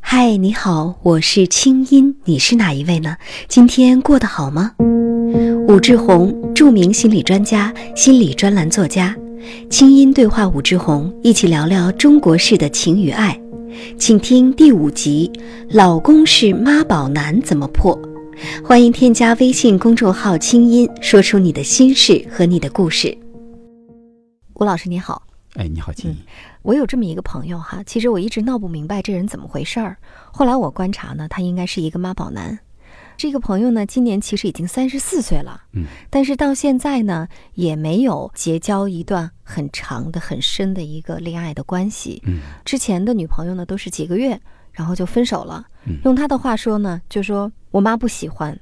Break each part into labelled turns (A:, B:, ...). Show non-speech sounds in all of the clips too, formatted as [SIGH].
A: 嗨，你好，我是清音，你是哪一位呢？今天过得好吗？武志红，著名心理专家、心理专栏作家，清音对话武志红，一起聊聊中国式的情与爱，请听第五集《老公是妈宝男怎么破》。欢迎添加微信公众号“清音”，说出你的心事和你的故事。吴老师你好，
B: 哎，你好，金怡。
A: 我有这么一个朋友哈，其实我一直闹不明白这人怎么回事儿。后来我观察呢，他应该是一个妈宝男。这个朋友呢，今年其实已经三十四岁了，
B: 嗯，
A: 但是到现在呢，也没有结交一段很长的、很深的一个恋爱的关系。
B: 嗯
A: 之前的女朋友呢，都是几个月，然后就分手了。
B: 嗯
A: 用他的话说呢，就说我妈不喜欢，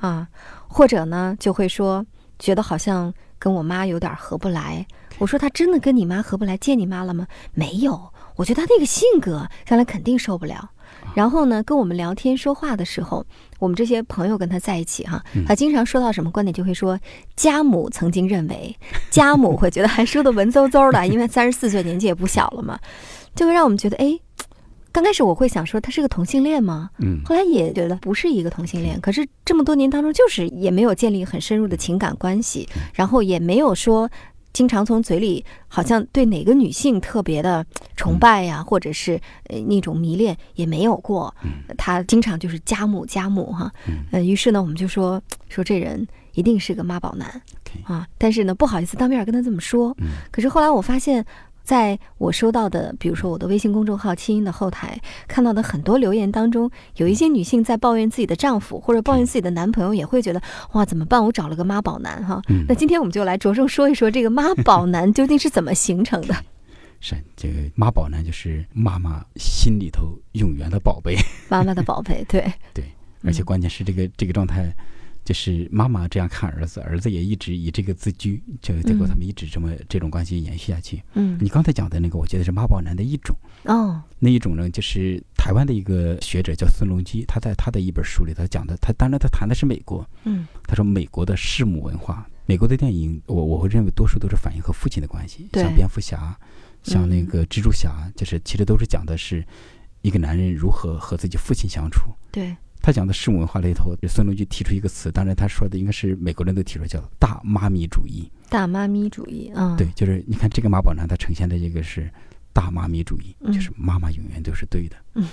A: 啊，或者呢就会说觉得好像跟我妈有点合不来。我说他真的跟你妈合不来，见你妈了吗？没有，我觉得他那个性格将来肯定受不了。然后呢，跟我们聊天说话的时候，我们这些朋友跟他在一起哈、他经常说到什么观点，就会说家母曾经认为，家母会觉得还说的文绉绉的，因为三十四岁年纪也不小了嘛，就会让我们觉得，哎，刚开始我会想说他是个同性恋吗？
B: 嗯
A: 后来也觉得不是一个同性恋，可是这么多年当中，就是也没有建立很深入的情感关系，
B: 嗯
A: 然后也没有说经常从嘴里好像对哪个女性特别的崇拜呀、
B: 嗯
A: 或者是呃那种迷恋也没有过。
B: 嗯
A: 他经常就是家母家母哈、呃，于是呢，我们就说说这人一定是个妈宝男
B: OK
A: 啊，但是呢，不好意思当面跟他这么说。
B: 嗯
A: 可是后来我发现。在我收到的，比如说我的微信公众号“清音”的后台看到的很多留言当中，有一些女性在抱怨自己的丈夫或者抱怨自己的男朋友，也会觉得哇怎么办？我找了个妈宝男哈。
B: 嗯
A: 那今天我们就来着重说一说这个妈宝男究竟是怎么形成的？
B: 是这个妈宝男就是妈妈心里头永远的宝贝，
A: 妈妈的宝贝，对，
B: 而且关键是这个这个状态，就是妈妈这样看儿子，儿子也一直以这个自居，就结果
A: 嗯
B: 他们一直这么这种关系延续下去。
A: 嗯，
B: 你刚才讲的那个，我觉得是妈宝男的一种。
A: 哦，
B: 那一种呢，就是台湾的一个学者叫孙隆基，他在他的一本书里头讲的，他当然他谈的是美国，
A: 嗯
B: 他说美国的弑母文化，美国的电影，我我会认为多数都是反映和父亲的关系，
A: 对
B: 像蝙蝠侠，像那
A: 嗯
B: 个蜘蛛侠，就是其实都是讲的是一个男人如何和自己父亲相处。
A: 对，
B: 他讲的弑母文化里头，孙龙就提出一个词，当然他说的应该是美国人都提出叫“大妈咪主义
A: 大妈咪主义啊，”。
B: 对，就是你看这个马宝男，他呈现的这个是大妈咪主义，
A: 嗯
B: 就是妈妈永远都是对的，
A: 嗯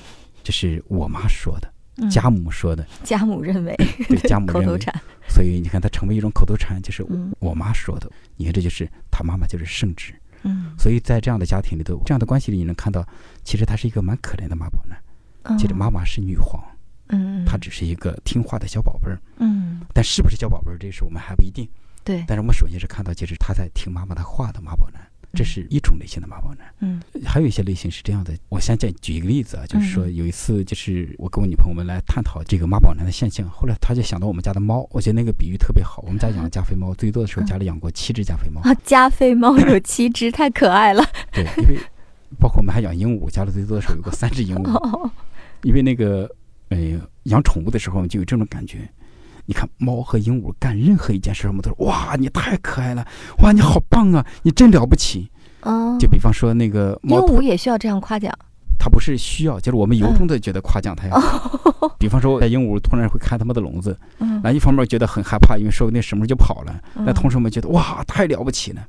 B: 这是我妈说的，
A: 嗯
B: 家母说的，
A: 家母认为， [LAUGHS]
B: 对家母
A: 口
B: 认
A: 头
B: 为，
A: 禅，
B: 所以你看他成为一种口头禅，就是
A: 嗯
B: 我妈说的，你看这就是他妈妈就是圣旨，
A: 嗯，
B: 所以在这样的家庭里头，这样的关系里，你能看到，其实他是一个蛮可怜的妈宝男。其实
A: 嗯
B: 妈，妈是女皇，
A: 嗯，
B: 她只是一个听话的小宝贝儿，
A: 嗯，
B: 但是不是小宝贝儿，这个是我们还不一定。
A: 对，
B: 但是我们首先是看到，其实他在听妈妈的话的妈宝男，这是一种类型的妈宝男。
A: 嗯
B: 还有一些类型是这样的，我先再举一个例子啊，就是说
A: 嗯
B: 有一次，就是我跟我女朋友们来探讨这个妈宝男的现象，后来她就想到我们家的猫，我觉得那个比喻特别好。我们家养加菲猫，最多的
A: 嗯
B: 时候家里养过七只加菲猫，
A: 啊，加菲猫有七只，太可爱了，
B: 对，因为包括我们还养鹦鹉，家里最多的时候有过三只鹦鹉，
A: 哦，
B: 因为那个呃养宠物的时候就有这种感觉。你看猫和鹦鹉干任何一件事儿，我们都说哇你太可爱了，哇你好棒啊，你真了不起。
A: 哦，
B: 就比方说那个
A: 鹦
B: 猫，
A: 鹉也需要这样夸奖，
B: 它不是需要，就是我们由衷的觉得夸奖它呀。比方说在鹦鹉突然会看它们的笼子，
A: 嗯，
B: 那一方面觉得很害怕，因为说不定什么时候就跑了。那
A: 嗯
B: 同时我们觉得哇，太了不起了。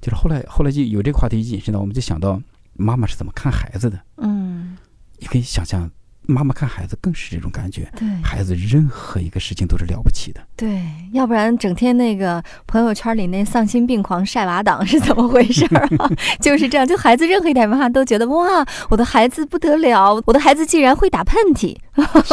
B: 就是后来后来就有这个话题一引申到，我们就想到妈妈是怎么看孩子的。
A: 嗯，
B: 你可以想象，妈妈看孩子更是这种感觉，
A: [LAUGHS] 对
B: 孩子任何一个事情都是了
A: [LAUGHS]
B: 不起的。
A: 对，要不然整天那个朋友圈里那丧心病狂晒娃党是怎么回事儿啊？ [LAUGHS] 就是这样，就孩子任何一点麻烦都觉得哇，我的孩子不得了，我的孩子竟然会打喷嚏，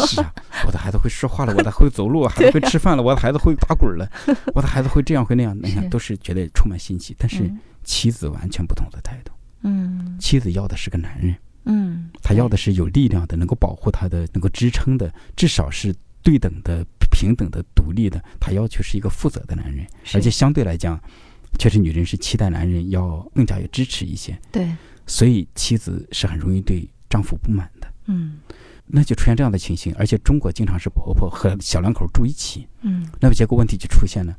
B: 是啊，我的孩子会说话了，我的会走路，孩子会吃饭了，我的孩子会打滚
A: [LAUGHS]
B: 了，我的孩子会这样会那样，那样
A: 是
B: 都是觉得充满新奇。但是
A: 嗯
B: 妻子完全不同的态度，
A: 嗯
B: 妻子要的是个男人，
A: 嗯，
B: 她要的是有力量的，能够保护她的，能够支撑的，至少是对等的、平等的、独立的。她要求是一个负责的男人，
A: 是
B: 而且相对来讲，确实女人是期待男人要更加有支持一些，
A: 对，
B: 所以妻子是很容易对丈夫不满的。
A: 嗯
B: 那就出现这样的情形，而且中国经常是婆婆和小两口住一起，
A: 嗯
B: 那么结果问题就出现了。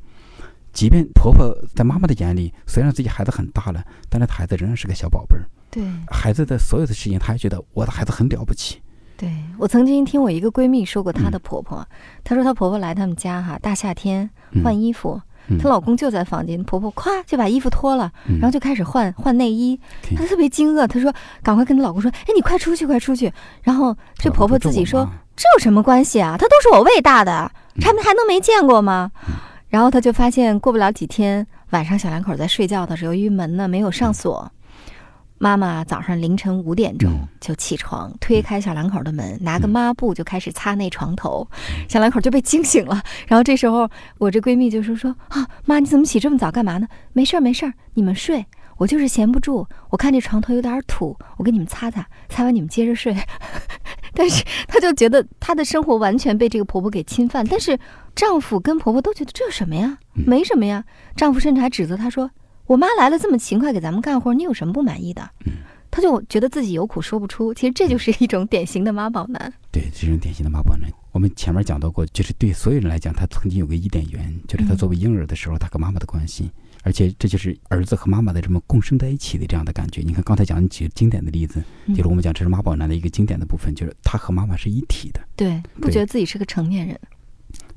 B: 即便婆婆在妈妈的眼里，虽然自己孩子很大了，但是她孩子仍然是个小宝贝儿。
A: 对，
B: 孩子的所有的事情，她还觉得我的孩子很了不起，
A: 对我曾经听我一个闺蜜说过她的婆婆，她说她婆婆来他们家哈，大夏天
B: 嗯
A: 换衣服，
B: 嗯
A: 她老公就在房间，婆婆咵就把衣服脱了，
B: 嗯
A: 然后就啊开始换换内衣，
B: 对
A: 她特别惊愕，她说赶快跟她老公说，哎，你快出去，快出去。然后这婆婆自己说，这有什么关系啊？她都是我喂大的，他们还能没见过吗？然后她就发现过不了几天，晚上小两口在睡觉的时候，由于门呢没有上锁。妈妈早上凌晨五点钟
B: 嗯
A: 就起床，推开小两口的门，拿个抹布就开始擦那床头，小两口就被惊醒了。 [LAUGHS] 然后这时候我这闺蜜就说说啊，妈你怎么起这么早干嘛呢？没事儿没事儿，你们睡，我就是闲不住。我看这床头有点土，我给你们擦擦，擦完你们接着睡。 [LAUGHS] 但是她就觉得她的生活完全被这个婆婆给侵犯，但是丈夫跟婆婆都觉得这有什么呀，没什么呀。丈夫甚至还指责她说：“我妈来了这么勤快给咱们干活，你有什么不满意的？”她就觉得自己有苦说不出，其实这就是一种典型的妈宝男。
B: 对，这种典型的妈宝男。我们前面讲到过，就是对所有人来讲，他曾经有个伊甸园，就是他
A: 嗯
B: 作为婴儿的时候，他和妈妈的关系，而且这就是儿子和妈妈的这么共生在一起的这样的感觉。你看刚才讲的几个经典的例子，
A: 嗯
B: 就是我们讲这是妈宝男的一个经典的部分，就是他和妈妈是一体的，
A: 对，不
B: 对
A: 觉得自己是个成年人。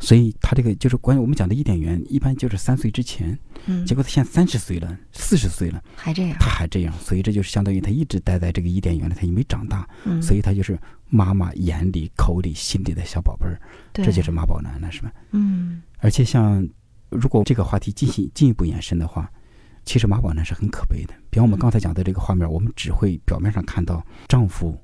B: 所以他这个就是关于我们讲的伊甸园，一般就是三岁之前，
A: 嗯
B: 结，果他现在三十岁了，四十岁了，
A: 还这样。
B: 他还这样，所以这就是相当于他一直待在这个伊甸园里，他也没长大，
A: 嗯，
B: 所以他就是妈妈眼里、口里、心里的小宝贝儿，
A: 对
B: 这就是妈宝男了，是吧？
A: 嗯
B: 而且像如果这个话题进行进一步延伸的话，其实妈宝男是很可悲的。比方我们
A: 嗯
B: 刚才讲的这个画面，我们只会表面上看到丈夫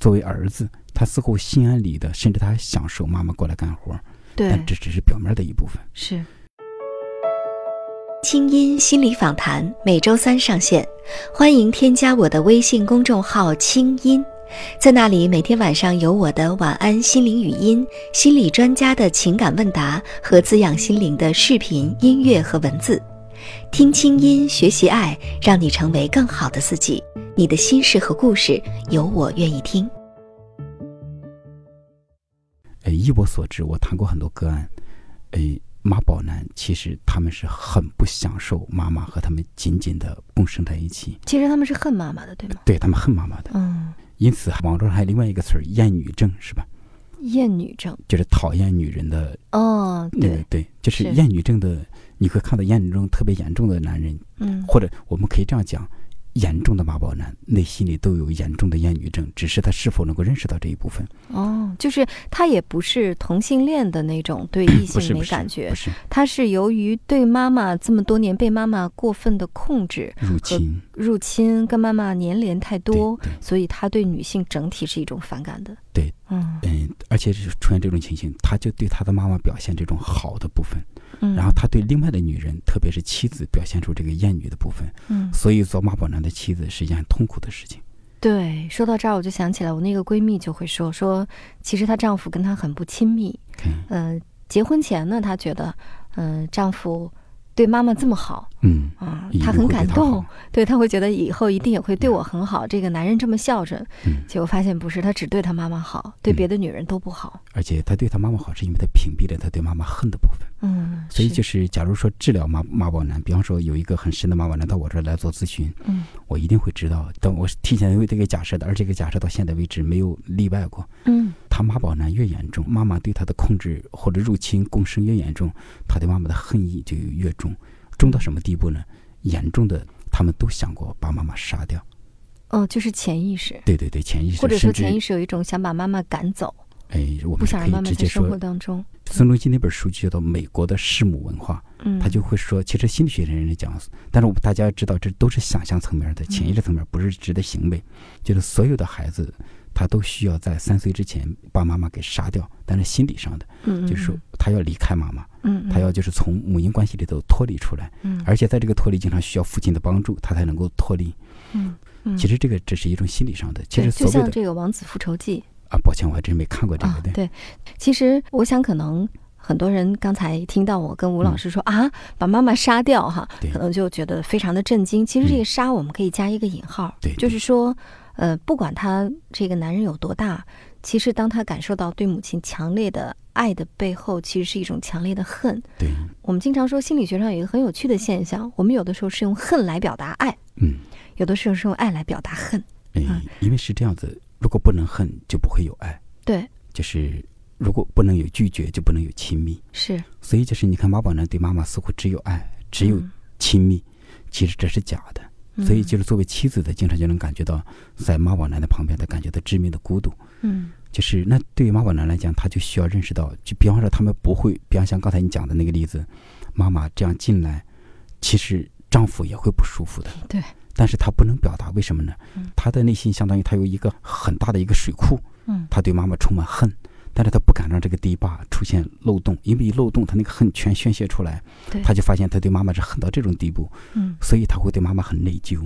B: 作为儿子，他似乎心安理得，甚至他还享受妈妈过来干活，
A: 对
B: 但这只是表面的一部分。
A: 是。
C: 清音心理访谈每周三上线，欢迎添加我的微信公众号“清音”，在那里每天晚上有我的晚安心灵语音、心理专家的情感问答和滋养心灵的视频、音乐和文字。听清音，学习爱，让你成为更好的自己。你的心事和故事，有我愿意听。
B: 呃，依我所知，我谈过很多个案，呃，妈宝男其实他们是很不享受妈妈和他们紧紧的共生在一起，
A: 其实他们是恨妈妈的，对吗？
B: 对他们恨妈妈的。
A: 嗯，
B: 因此，网络上还有另外一个词儿“厌女症”，是吧？
A: 厌女症。
B: 就是讨厌女人的
A: 哦，
B: 那个
A: 对，
B: 对，就是
A: 是
B: 厌女症的，你会看到厌女症特别严重的男人，
A: 嗯，
B: 或者我们可以这样讲，严重的妈宝男内心里都有严重的厌女症，只是他是否能够认识到这一部分，
A: 哦，就是他也不是同性恋的那种对异
B: 不是
A: 性
B: 不
A: 没
B: 是
A: 感觉
B: 不，是
A: 他是由于对妈妈这么多年被妈妈过分的控制、
B: 入侵，
A: 入侵，跟妈妈粘连太
B: 对
A: 多，
B: 对
A: 所以他对女性整体是一种反感的。
B: 对，
A: 嗯
B: 嗯，而且是出现这种情形，他就对他的妈妈表现这种好的部分，
A: 嗯，
B: 然后他对另外的女人，特别是妻子，表现出这个厌女的部分，
A: 嗯，
B: 所以做妈宝男的妻子是一件很痛苦的事情。
A: 对，说到这儿我就想起来，我那个闺蜜就会说说，其实她丈夫跟她很不亲密，
B: 嗯
A: 呃，结婚前呢，她觉得，嗯、丈夫对妈妈这么好
B: 嗯，
A: 啊
B: 一，
A: 她
B: 定
A: 很
B: 会对
A: 感
B: 他
A: 动
B: 好，，
A: 对她会觉得以后一定也会对我很好。这个男人这么孝顺，
B: 嗯
A: 结果发现不是，他只对他妈妈好，对
B: 嗯
A: 别的女人都不好。
B: 而且他对他妈妈好，是因为他屏蔽了他对妈妈恨的部分。
A: 嗯，
B: 所以
A: 是
B: 就是，假如说治疗妈妈宝男，比方说有一个很深的妈宝男到我这儿来做咨询，
A: 嗯，
B: 我一定会知道，但我是提前为这个假设的，而这个假设到现在为止没有例外过。
A: 嗯，
B: 他妈宝男越严重，妈妈对他的控制或者入侵共生越严重，他对妈妈的恨意就越重，重到什么地步呢？严重的，他们都想过把妈妈杀掉。
A: 哦，就是潜意识，
B: 对对对，潜意识
A: 或者说
B: 甚至
A: 潜意识有一种想把妈妈赶走，
B: 哎，我
A: 不
B: 们是
A: 想
B: 可
A: 让妈
B: 以
A: 妈
B: 直
A: 在
B: 接
A: 生活
B: 说，
A: 当中。
B: 孙中基那本书就叫做《美国的弑母文化》。
A: 嗯，
B: 他就会说，其实心理学上人讲，但是我们大家要知道，这都是想象层面的，潜意识层面不是指的行为。就是所有的孩子，他都需要在三岁之前把妈妈给杀掉，但是心理上的，
A: 嗯，嗯
B: 就是说他要离开妈妈，
A: 嗯，嗯
B: 他要就是从母婴关系里头脱离出来，
A: 嗯
B: 而且在这个脱离经常需要父亲的帮助，他才能够脱离。
A: 嗯嗯，
B: 其实这个只是一种心理上的，其
A: 对
B: 实
A: 就
B: 所谓
A: 像
B: 的
A: 这个《王子复仇记》
B: 啊，抱歉，我还真没看过这
A: 啊
B: 个，，对，
A: 对，其实我想可能。很多人刚才听到我跟吴老师说、啊，把妈妈杀掉哈
B: 嗯对，嗯
A: 可能就觉得非常的震惊。其实这个“杀”我们可以加一个引号，
B: 对
A: 就是说，呃，不管他这个男人有多大，其实当他感受到对母亲强烈的爱的背后，其实是一种强烈的恨。
B: 对，
A: 我们经常说心理学上有一个很有趣的现象，我们有的时候是用恨来表达爱，
B: 嗯，
A: 有的时候是用爱来表达恨。
B: 哎
A: 嗯，
B: 因为是这样子，如果不能恨，就不会有爱。
A: 对，
B: 就是如果不能有拒绝，就不能有亲密。
A: 是，
B: 所以就是你看马宝男对妈妈似乎只有爱，只有亲密，其实这是假的。
A: 嗯
B: 所以就是作为妻子的，经常就能感觉到在马宝男的旁边，他感觉到致命的孤独。
A: 嗯
B: 就是那对于妈宝男来讲，他就需要认识到，就比方说他们不会，比方像刚才你讲的那个例子，妈妈这样进来，其实丈夫也会不舒服的。
A: 对。
B: 但是他不能表达，为什么呢
A: 嗯？
B: 他的内心相当于他有一个很大的一个水库，
A: 嗯
B: 他对妈妈充满恨，但是他不敢让这个堤坝出现漏洞，因为一漏洞，他那个恨全宣泄出来
A: 对，
B: 他就发现他对妈妈是恨到这种地步，
A: 嗯
B: 所以他会对妈妈很内疚。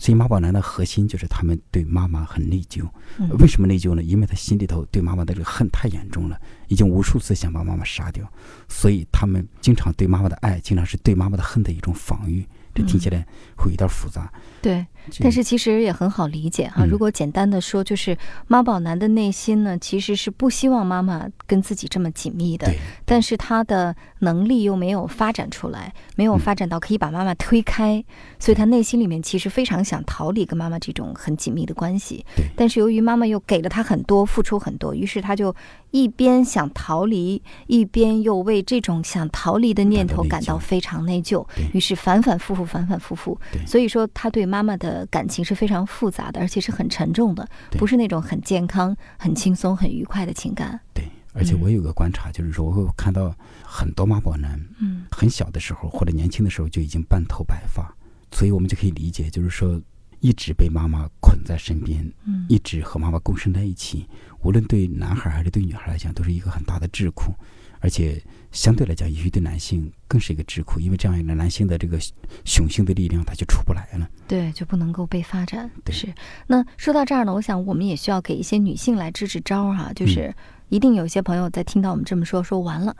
B: 所以妈宝男的核心就是他们对妈妈很内疚。
A: 嗯，
B: 为什么内疚呢？因为他心里头对妈妈的这个恨太严重了，已经无数次想把妈妈杀掉，所以他们经常对妈妈的爱，经常是对妈妈的恨的一种防御。这听起来会有点复杂，
A: 对。
B: 这
A: 嗯但是其实也很好理解哈、
B: 嗯
A: 如果简单的说，就是妈宝男的内心呢，其实是不希望妈妈跟自己这么紧密的
B: 对，
A: 但是他的能力又没有发展出来，没
B: 嗯
A: 有发展到可以把妈妈推开，所以他内心里面其实非常想逃离跟妈妈这种很紧密的关系
B: 对。
A: 但是由于妈妈又给了他很多，付出很多，于是他就一边想逃离，一边又为这种想逃离的念头
B: 感到内
A: 感
B: 疚
A: 到非常内疚
B: 对，
A: 于是反反复复，反反复复。
B: 对
A: 所以说，他对妈妈的感情是非常复杂的，而且是很沉重的，
B: 对
A: 不是那种很健康、很轻松、很愉快的情感。
B: 对。而且
A: 嗯
B: 我有个观察，就是说我会看到很多妈宝男
A: 嗯
B: 很小的时候或者年轻的时候就已经半头白发，所以我们就可以理解，就是说一直被妈妈捆在身边，
A: 嗯
B: 一直和妈妈共生在一起，无论对男孩还是对女孩来讲，都是一个很大的桎梏，而且相对来讲，也许对男性更是一个桎梏，因为这样一来，男性的这个雄性的力量他就出不来了。
A: 对，就不能够被发展。
B: 对
A: 是。那说到这儿呢，我想我们也需要给一些女性来支支招儿哈、
B: 嗯
A: 就是一定有一些朋友在听到我们这么说，说完了，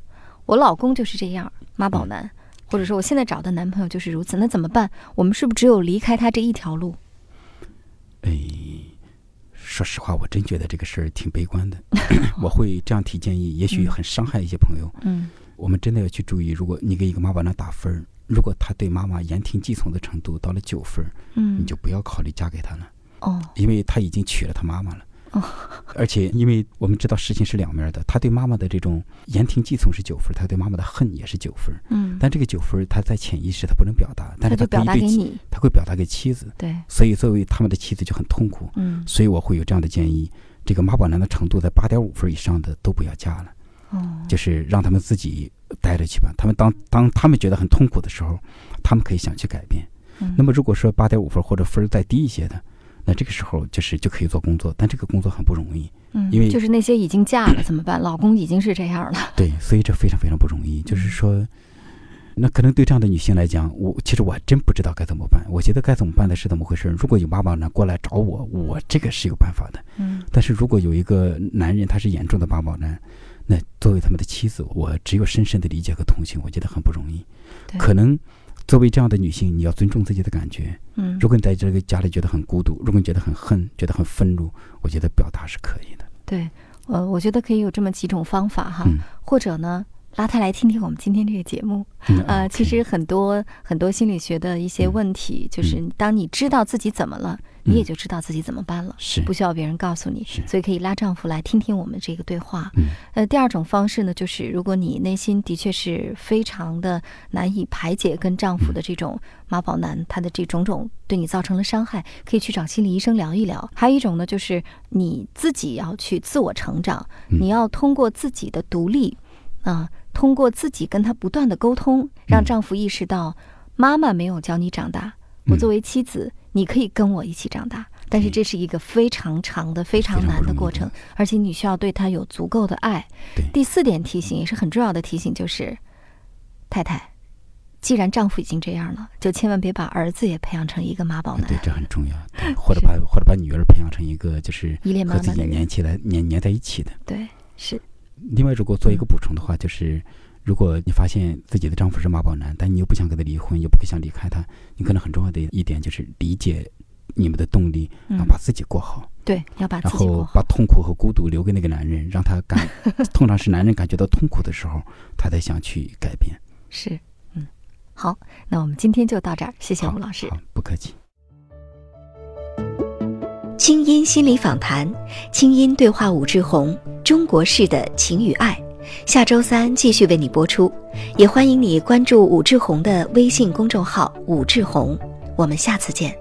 A: 我老公就是这样，妈
B: 嗯
A: 宝男，或者说我现在找的男朋友就是如此，那怎么办？我们是不是只有离开他这一条路？
B: 哎，说实话，我真觉得这个事儿挺悲观的， [COUGHS] 我会这样提建议，也许很伤害一些朋友。
A: 嗯
B: 我们真的要去注意，如果你给一个妈宝男打分儿，如果他对妈妈言听计从的程度到了九分儿，
A: 嗯，
B: 你就不要考虑嫁给他了。
A: 哦，
B: 因为他已经娶了他妈妈了。
A: 哦
B: 而且因为我们知道事情是两面的，他对妈妈的这种言听计从是九分，他对妈妈的恨也是九分。
A: 嗯，
B: 但这个九分他在潜意识他不能表达，但
A: 他
B: 是
A: 就
B: 可
A: 表
B: 以
A: 达
B: 对
A: 给
B: 妻，
A: 你，
B: 他会表达给妻子，
A: 对，
B: 所以作为他们的妻子就很痛苦。
A: 嗯，
B: 所以我会有这样的建议：这个妈宝男的程度在八点五分以上的都不要嫁了，
A: 哦，
B: 就是让他们自己待着去吧。他们当当他们觉得很痛苦的时候，他们可以想去改变。
A: 嗯
B: 那么如果说八点五分或者分儿再低一些的，那这个时候就是就可以做工作，但这个工作很不容易，
A: 嗯
B: 因为
A: 就是那些已经嫁了怎么办？老公已经是这样了，
B: 对，所以这非常非常不容易。就是说，那可能对这样的女性来讲，我其实我还真不知道该怎么办。我觉得该怎么办的是怎么回事？如果有妈宝男过来找我，我这个是有办法的。
A: 嗯
B: 但是如果有一个男人他是严重的妈宝男，那作为他们的妻子，我只有深深的理解和同情，我觉得很不容易
A: 对。
B: 可能作为这样的女性，你要尊重自己的感觉，
A: 嗯
B: 如，果你在这个家里觉得很孤独，如果你觉得很恨，觉得很愤怒，我觉得表达是可以的。
A: 对，呃，我觉得可以有这么几种方法哈，
B: 嗯
A: 或者呢，拉他来听听我们今天这个节目。
B: 嗯
A: 呃，
B: ，OK
A: 其实很多很多心理学的一些
B: 嗯
A: 问题，就是当你知道自己怎么了，你也就知道自己怎么办了。
B: 是
A: 不需要别人告诉你，
B: 是
A: 所以可以拉丈夫来听听我们这个对话。
B: 嗯
A: 呃，第二种方式呢，就是如果你内心的确是非常的难以排解跟丈夫的这种妈宝男他的这种种对你造成了伤害，可以去找心理医生聊一聊。还有一种呢，就是你自己要去自我成长，
B: 嗯
A: 你要通过自己的独立啊、通过自己跟他不断的沟通，让
B: 嗯
A: 丈夫意识到妈妈没有教你长大，我
B: 嗯
A: 作为妻子，你可以跟我一起长大，但是
B: 对
A: 这是一个非常长的、非常
B: 非常
A: 难
B: 不
A: 的
B: 容易
A: 过
B: 的
A: 程，而且你需要对他有足够的爱
B: 对。
A: 第四点提醒也是很重要的提醒，就是太太，既然丈夫已经这样了，就千万别把儿子也培养成一个妈宝
B: 嗯
A: 男
B: 对，，这很重要。
A: [LAUGHS]
B: 对或者把或者把女儿培养成一个就是
A: 依恋妈
B: 和自
A: 妈
B: 己
A: 的人。
B: 粘起来粘粘在一起的。
A: 对，是，
B: 另外，如果做一个补充的话，就是如果你发现自己的丈夫是妈宝男，但你又不想跟他离婚，又不想离开他，你可能很重要的一点就是理解你们的动力，
A: 嗯
B: 然后，把自己过好。
A: 对，要把
B: 然
A: 自己过
B: 后
A: 好。
B: 把痛苦和孤独留给那个男人，让他感， [LAUGHS] 通常是男人感觉到痛苦的时候，他才想去改
A: [LAUGHS]
B: 变。
A: 是，嗯，好，那我们今天就到这儿，谢谢
B: 好
A: 吴老师。
B: 好，不客气。
A: 清音心理访谈，清音对话武志红，中国式的情与爱。下周三继续为你播出，也欢迎你关注武志红的微信公众号“武志红”。我们下次见。